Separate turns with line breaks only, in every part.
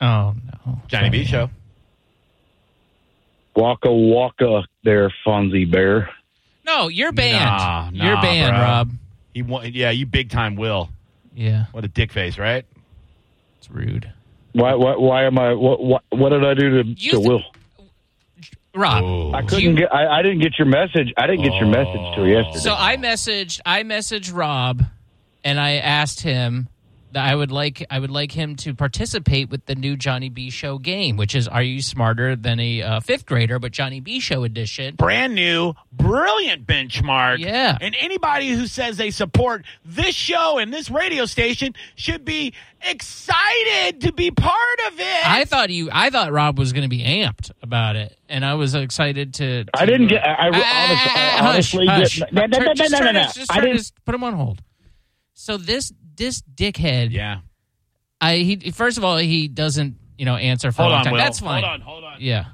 Oh no,
Johnny B show.
Waka waka there, Fonzie Bear.
No, you're banned.
Nah,
you're
nah,
banned,
bro.
Rob.
He wa- yeah, you big time Will.
Yeah,
What a dick face, right?
it's rude.
Why, why, why am I, what, what, what did I do to,
You
to
th-
Will?
Rob,
Oh.
I couldn't get, I, I didn't get your message. I didn't get your message till yesterday.
So I messaged I messaged Rob and I asked him that I would like I would like him to participate with the new Johnny B show game, which is Are You Smarter Than a uh, Fifth Grader, but Johnny B show edition.
brand new, brilliant benchmark.
Yeah.
And anybody who says they support this show and this radio station should be excited to be part of it.
I thought you I thought Rob was going to be amped about it and I was excited to, to
I didn't get. I, I,
Ah, ah,
honest-
ah,
I
ah,
honestly
hush,
didn't.
hush.
No, no, no,
Turn- just
no, no,
turn
no.
this- just
I
turn
didn't.
this- Put him on hold. So this this dickhead
yeah.
I he first of all he doesn't you know answer for
Hold
a long
on,
time.
Will.
That's fine.
Hold on, hold on.
Yeah.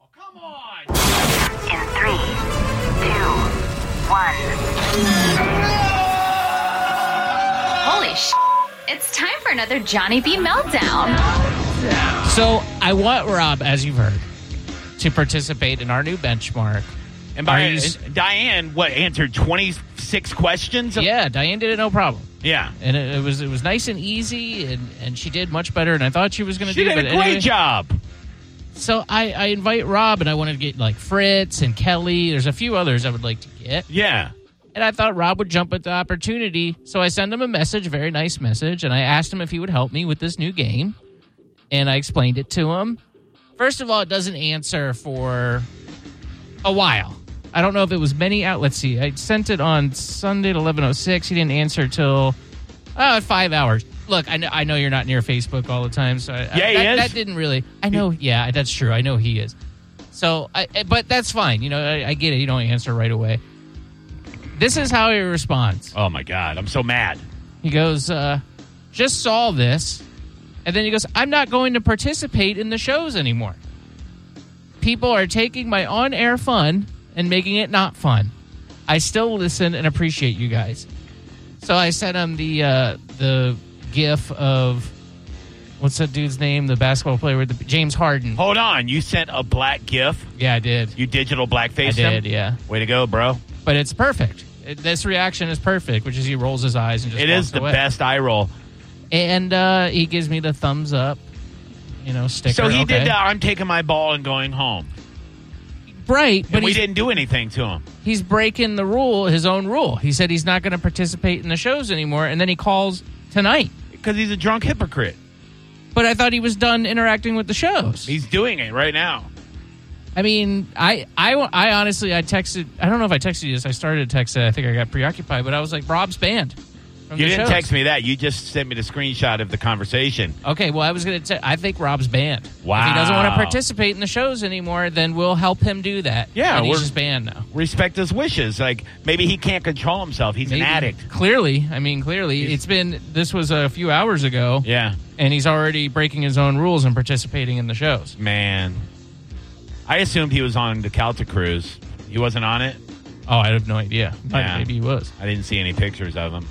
Oh, come on.
in three, two, one.
Holy sh! It's time for another Johnny B meltdown.
So I want Rob, as you've heard, to participate in our new benchmark.
And
Are
by
you s-
and Diane, what answered twenty six questions?
yeah, Diane did it no problem,
Yeah.
and it, it was it was nice and easy, and, and she did much better, and I thought she was going to
She
do.
did a
but
great
anyway.
job.
So I, I invite Rob, and I wanted to get like Fritz and Kelly. There's a few others I would like to get,
Yeah.
and I thought Rob would jump at the opportunity. So I sent him a message, a very nice message, and I asked him if he would help me with this new game, and I explained it to him. First of all, it doesn't answer for a while. I don't know if it was many out. Let's see. I sent it on Sunday at eleven oh six. He didn't answer till uh, five hours. Look, I know, I know you're not near Facebook all the time, so I, I-
Yeah, he is.
that, that didn't really. I know. Yeah, that's true. I know he is. So, I, I- but that's fine. You know, I, I get it. You don't answer right away. This is how he responds.
Oh my god, I'm so mad.
He goes, uh, just saw this. And then he goes, I'm not going to participate in the shows anymore. People are taking my on air fun and making it not fun. I still listen and appreciate you guys. So I sent him the uh, the gif of what's that dude's name? The basketball player with the James Harden.
Hold on, you sent a black gif.
Yeah, I did.
You digital blackface
I
him?
did, yeah.
Way to go, bro.
But it's perfect. It- this reaction is perfect, which is he rolls his eyes and just
It is
walks
the
away.
best eye roll.
and uh, he gives me the thumbs up. You know, sticker.
So he
okay.
did the I'm taking my ball and going home.
right, but
and we
he's,
didn't do anything to him.
he's breaking the rule, his own rule. He said he's not going to participate in the shows anymore, and then he calls tonight.
Because he's a drunk hypocrite.
But I thought he was done interacting with the shows.
He's doing it right now.
I mean, I, I, I honestly, I texted. I don't know if I texted you this. I started to text it. I think I got preoccupied, but I was like, Rob's banned. From
You
the
didn't
shows.
text me that. You just sent me the screenshot of the conversation.
Okay, well, I was going to. Te- I think Rob's banned. If
Wow.
he doesn't want to participate in the shows anymore, then we'll help him do that.
Yeah,
and he's
we're-
just banned now.
Respect his wishes. Like, maybe he can't control himself. He's an
Maybe.
addict.
Clearly, I mean, clearly, it's been. This was a few hours ago,
Yeah.
and he's already breaking his own rules and participating in the shows.
Man. I assumed he was on the Calta cruise. He wasn't on it.
Oh, I have no idea. But
Yeah.
Maybe he was.
I didn't see any pictures of him.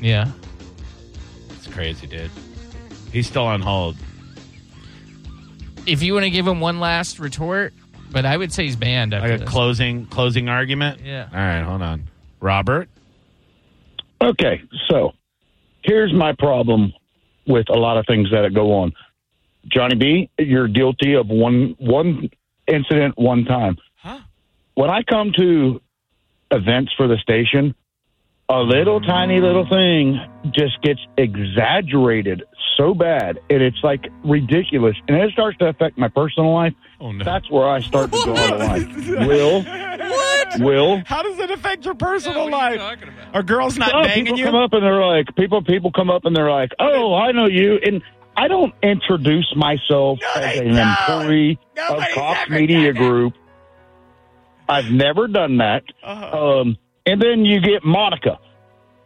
Yeah.
It's crazy, dude. He's still on hold.
If you want to give him one last retort, but I would say he's banned after
Like a
this.
closing closing argument.
Yeah.
All right, hold on. Robert.
Okay, so here's my problem with a lot of things that go on. Johnny B, you're guilty of one one incident one time.
Huh?
When I come to events for the station, a little tiny little thing just gets exaggerated so bad, and it's like ridiculous, and it starts to affect my personal life.
Oh no.
That's where I start to go out of line. Will,
What?
Will,
How does it affect your personal life?
talking about?
Are girls not
Oh,
banging
people
you?
come up and they're like, people people come up and they're like, oh, I know you, and I don't introduce myself
No,
as
they
an
don't.
employee of
Nobody's
Cox
ever
Media
done that.
Group. I've never done that.
Uh-huh.
Um, and then you get Monica.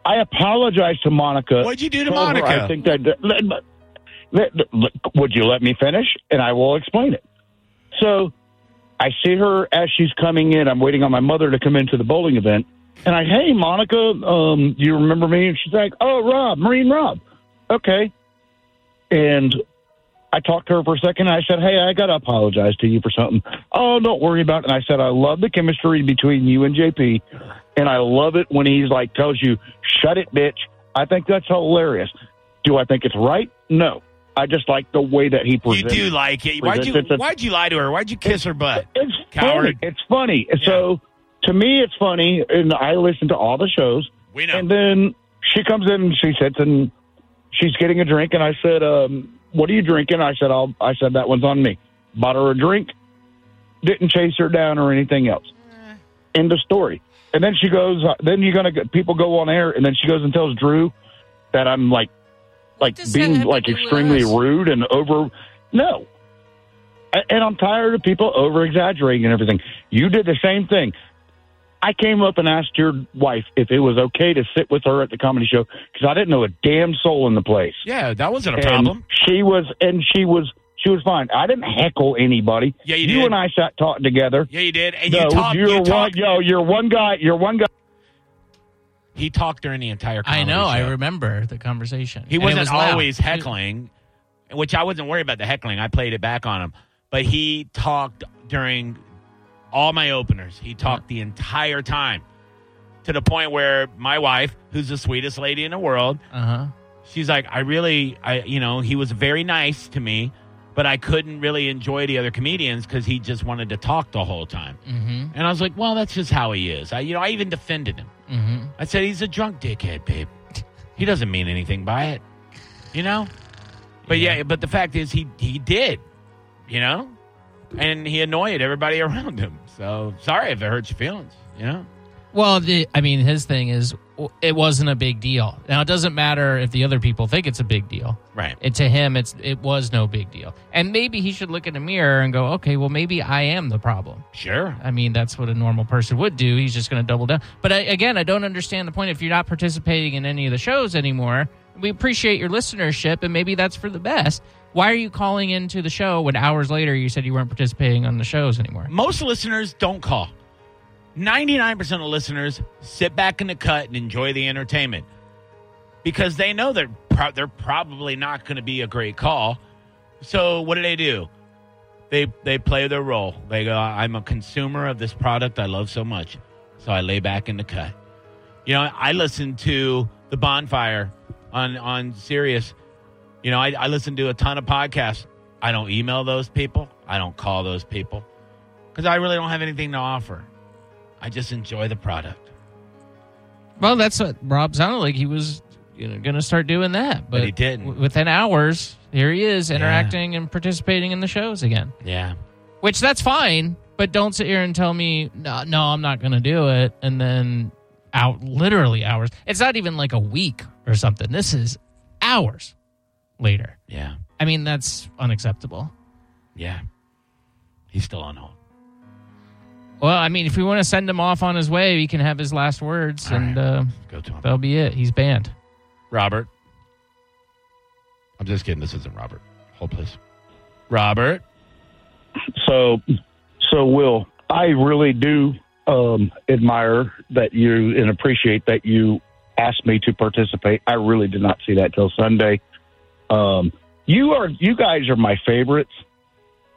I apologize to Monica.
What'd you do to
Told her
Monica?
Oh, I think that. Let, let- let- would you let me finish? And I will explain it. So I see her as she's coming in. I'm waiting on my mother to come into the bowling event. And I, hey, Monica, um, do you remember me? And she's like, oh, Rob, Marine Rob. okay. And I talked to her for a second. And I said, hey, I got to apologize to you for something. Oh, don't worry about it. And I said, I love the chemistry between you and JP. And I love it when he's like, tells you, shut it, bitch. I think that's hilarious. Do I think it's right? No. I just like the way that he
You
presents
do like it. Why'd you,
It's a-
why'd you lie to her? Why'd you kiss her butt?
it's
Coward.
funny. It's funny. So to me, it's funny, and I listen to all the shows.
We know.
And then she comes in and she sits and she's getting a drink, and I said, um, "What are you drinking?" I said, "I'll." I said that one's on me. Bought her a drink. Didn't chase her down or anything else. End of story. And then she goes. uh, Then you're gonna get, people go on air, and then she goes and tells Drew that I'm like, like
does that
being
have to
like
do with
extremely
us?
rude and over. No, A- and I'm tired of people over exaggerating and everything. You did the same thing. I came up and asked your wife if it was okay to sit with her at the comedy show because I didn't know a damn soul in the place.
Yeah, that wasn't a
and
problem.
She was, and she was, she was fine. I didn't heckle anybody.
Yeah, you
you
did.
and I sat talking together.
Yeah, you did. And
no,
you talked.
you're
You
one.
talked.
Yo, you're one guy. You're one guy.
He talked during the entire.
I
comedy
know. I
show.
remember the conversation.
He
And it
wasn't
was loud.
always heckling, which I wasn't worried about the heckling. I played it back on him, but he talked during all my openers. He talked the entire time to the point where my wife, who's the sweetest lady in the world,
Uh huh.
she's like, I really, I, you know, he was very nice to me, but I couldn't really enjoy the other comedians because he just wanted to talk the whole time.
Mm
And I was like, well, that's just how he is. I, you know, I even defended him.
hmm. Mm hmm.
I said, he's a drunk dickhead, babe. He doesn't mean anything by it, you know? But yeah, but the fact is, he, he did, you know? And he annoyed everybody around him. So sorry if it hurts your feelings, you know?
Well, the, I mean, his thing is w- it wasn't a big deal. Now it doesn't matter if the other people think it's a big deal.
Right.
And to him, it's it was no big deal. And maybe he should look in the mirror and go, okay, well, maybe I am the problem.
Sure.
I mean, that's what a normal person would do. He's just going to double down. But I, again, I don't understand the point. If you're not participating in any of the shows anymore, we appreciate your listenership, and maybe that's for the best. Why are you calling into the show when hours later you said you weren't participating on the shows anymore?
Most listeners don't call. 99% of listeners sit back in the cut and enjoy the entertainment because they know they're, pro- they're probably not going to be a great call. So what do they do? They, they play their role. They go, I'm a consumer of this product I love so much. So I lay back in the cut. You know, I listened to The Bonfire on, on Sirius. You know, I, I listen to a ton of podcasts. I don't email those people. I don't call those people because I really don't have anything to offer. I just enjoy the product.
Well, that's what Rob sounded like. He was you know, going to start doing that, but,
he didn't.
w- within hours, here he is interacting and participating in the shows again.
Yeah.
Which that's fine, but don't sit here and tell me no, no, I'm not going to do it, and then out literally hours. It's not even like a week or something. This is hours later.
Yeah.
I mean, that's unacceptable.
Yeah. He's still on hold.
Well, I mean, if we want to send him off on his way, we can have his last words,
All
and
right.
uh,
Go to him.
that'll be it. He's banned.
Robert. I'm just kidding. This isn't Robert. Hold, please. Robert.
So, so Will, I really do um, admire that you and appreciate that you asked me to participate. I really did not see that till Sunday. Um, you are, you guys are my favorites.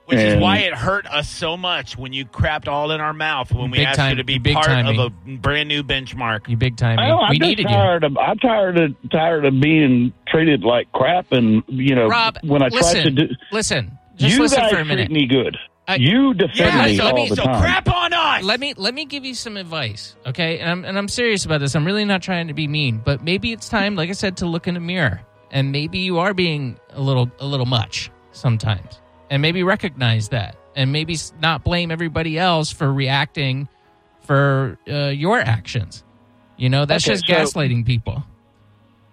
Which is
And-
why it hurt us so much when you crapped all in our mouth when we
Big
asked you
time-
to be
big
part
timing.
of a brand new benchmark.
You big time.
I know, I'm
We
just
needed you.
tired of I'm tired of tired of being treated like crap, and you know
Rob,
when I
listen,
tried to do.
listen, just
you
listen
guys
for a minute.
treat me good.
I-
you defend
Yeah,
me
so let
all
me-
the
so
time.
crap on us.
let me let me give you some advice, okay? And I'm and I'm serious about this. I'm really not trying to be mean, but maybe it's time, like I said, to look in a mirror, and maybe you are being a little a little much sometimes, and maybe recognize that, and maybe s- not blame everybody else for reacting for uh, your actions. You know, that's
Okay,
just
so-
gaslighting people.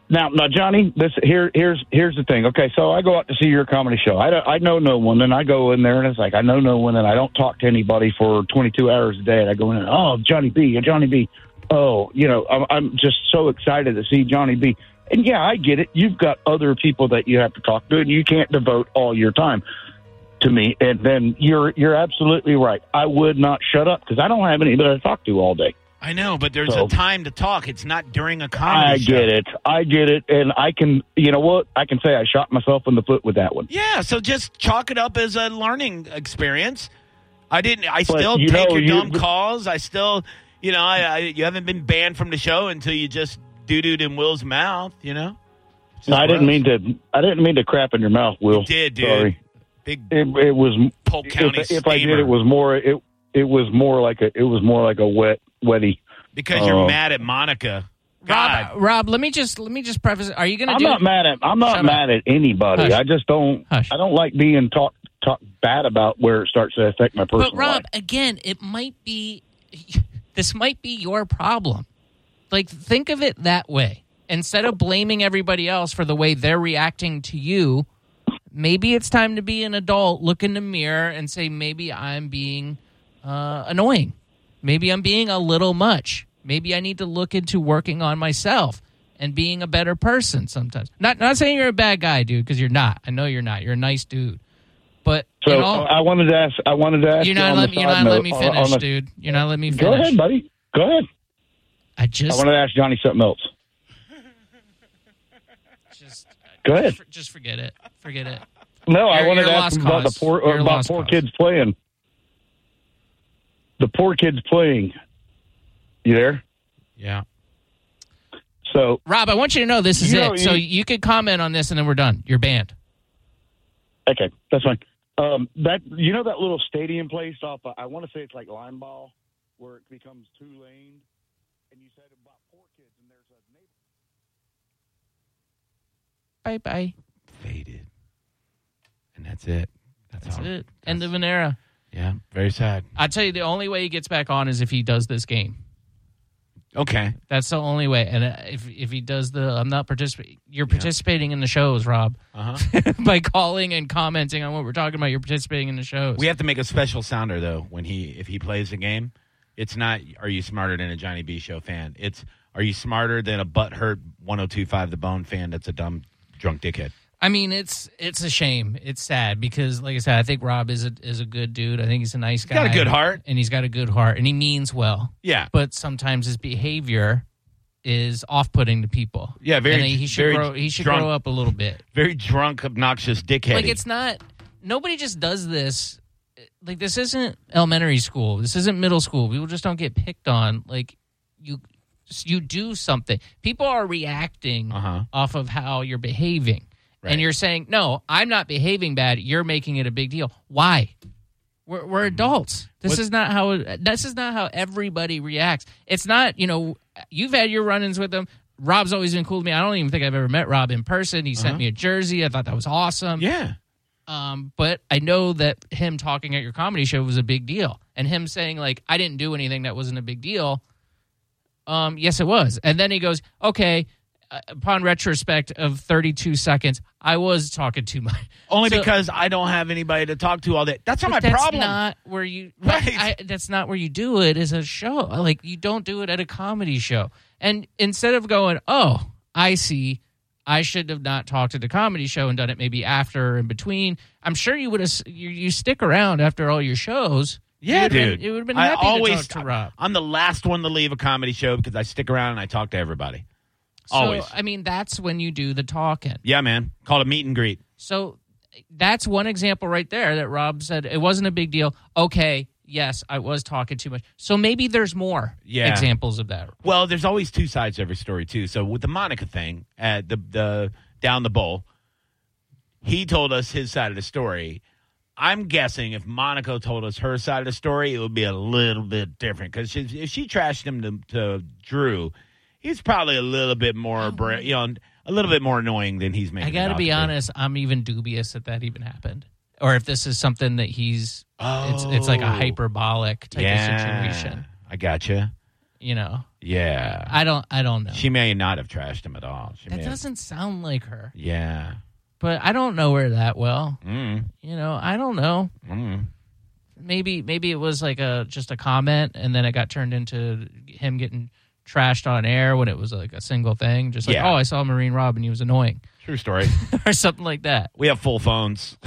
Now, now, Johnny, this here, here's here's the thing. Okay, so I go out to see your comedy show. I, don't- I know no one, and I go in there, and it's like I know no one, and I don't talk to anybody for 22 hours a day. And I go in, and, oh, Johnny B, Johnny B, oh, you know, I'm, I'm just so excited to see Johnny B. And yeah, I get it. You've got other people that you have to talk to, and you can't devote all your time to me. And then you're you're absolutely right. I would not shut up because I don't have anybody to talk to all day.
I know, but there's
So-
a time to talk. It's not during a comedy
I
show.
get it. I get it. And I can, you know what? I can say I shot myself in the foot with that one.
Yeah, so just chalk it up as a learning experience. I didn't. I
But
still
you
take
know,
your
you-
dumb calls. I still, you know, I, I you haven't been banned from the show until you just doo dooed in Will's mouth. You know, It's
I didn't
gross.
mean to. I didn't mean to crap in your mouth, Will.
You did, dude.
Sorry.
Big
It, it was.
Polk County
if, if I did,
steamer.
it was more. It it was more like a. It was more like a wet, wetty.
because you're
Oh.
mad at Monica. God,
Rob, Rob, let me just let me just preface. Are you going to
I'm
do?
not mad at.
Shut
I'm not
up.
mad at anybody.
Hush.
I just don't.
Hush.
I don't like being talked talked bad about where it starts to affect my personal
But Rob,
life.
again, it might be this might be your problem. Like think of it that way. Instead of blaming everybody else for the way they're reacting to you, maybe it's time to be an adult, look in the mirror and say maybe I'm being uh, annoying. Maybe I'm being a little much. Maybe I need to look into working on myself and being a better person sometimes. Not not saying you're a bad guy, dude, because you're not. I know you're not. You're a nice dude. But in
So uh,
all-
I wanted to ask. I wanted to ask.
you're
you
not
on
let
the
you're
side
not
note- uh,
let me
on- on
finish,
the-
dude. You're not let me
Go
finish.
ahead, buddy. Go ahead.
I
I
just
wanted to ask Johnny something else.
just
Go ahead.
just for- just forget it. Forget it.
No, I
You're-
wanted
you're
to
a
ask
lost
him about
cause.
the poor
You're a
about
lost
poor
cause.
kids playing. The poor kids playing. You there?
yeah.
So
Rob, I want you to know this is
You
it.
know,
so
you-
you could comment on this and then we're done. You're banned.
okay, that's fine. Um, that you know that little stadium place off. Of, I want to say it's like line ball, where it becomes two lane. And you said about poor kids, and there's a neighbor.
Bye bye.
Faded, and that's it. That's,
That's
Oh,
all.
it. End of an era.
Yeah, very sad.
I tell you, the only way he gets back on is if he does this game.
Okay,
That's the only way. And uh, if if he does the, I'm not participating. You're participating in the shows, Rob,
uh huh.
Uh-huh.
by calling and commenting on what we're talking about. You're participating in the shows.
We have to make a special sounder though when he if he plays the game. It's not are you smarter than a Johnny B show fan? It's are you smarter than a butthurt 1025 the bone fan that's a dumb drunk dickhead.
I mean, it's it's a shame. It's sad because, like I said, I think Rob is a is a good dude. I think he's a nice guy.
got a good heart.
and he's got a good heart, and he means well.
Yeah.
But sometimes his behavior is off putting to people.
Yeah, very-
And he, he should
very
grow. He should
drunk.
grow up a little bit.
Very drunk obnoxious dickhead.
Like it's not. Nobody just does this. Like this isn't elementary school. This isn't middle school. People just don't get picked on. Like you, you do something. People are reacting
Uh-huh.
off of how you're behaving,
Right.
and you're saying, "No, I'm not behaving bad. You're making it a big deal. Why? We're, we're adults. This
Mm-hmm. What-
is not how. This is not how everybody reacts. It's not. You know, you've had your run-ins with them. Rob's always been cool to me. I don't even think I've ever met Rob in person. He sent
Uh-huh.
me a jersey. I thought that was awesome.
yeah.
Um, but I know that him talking at your comedy show was a big deal, and him saying like I didn't do anything that wasn't a big deal. Um, yes, it was. And then he goes, okay. Uh, upon retrospect of 32 seconds, I was talking too much.
Only
So-
because I don't have anybody to talk to all that. That's not my
But that's
problem.
Not where you
Right.
I, that's not where you do it as a show. Like you don't do it at a comedy show. And instead of going, oh, I see, I should have not talked at the comedy show and done it maybe after or in between. I'm sure you would have. You, you stick around after all your shows. You
yeah,
would've been-
dude.
you would have been
I
happy
always
to talk to Rob.
I'm the last one to leave a comedy show because I stick around and I talk to everybody.
So,
always.
I mean, that's when you do the talking.
Yeah, man. Called a meet and greet.
So that's one example right there that Rob said it wasn't a big deal. Okay, yes, I was talking too much. So maybe there's more
Yeah.
examples of that.
Well, there's always two sides to every story too. So with the Monica thing, uh, the the down the bowl, he told us his side of the story. I'm guessing if Monica told us her side of the story, it would be a little bit different because if she trashed him to, to Drew, he's probably a little bit more, bra- you know, a little bit more annoying than he's making.
Oh, I
it
got to
out
be
be.
honest, I'm even dubious that that even happened, or if this is something that he's. It's it's like a
Oh.
hyperbolic type
yeah,
of situation.
I gotcha.
You know,
Yeah,
I don't I don't know.
she may not have trashed him at all. She
that
may have-
doesn't sound like her,
yeah.
but I don't know her that well.
Mm,
You know, I don't know.
mm.
Maybe maybe it was like a just a comment, and then it got turned into him getting trashed on air when it was like a single thing. Just like,
Yeah.
oh, I saw Marine Rob and he was annoying,
True story.
or something like that.
We have full phones.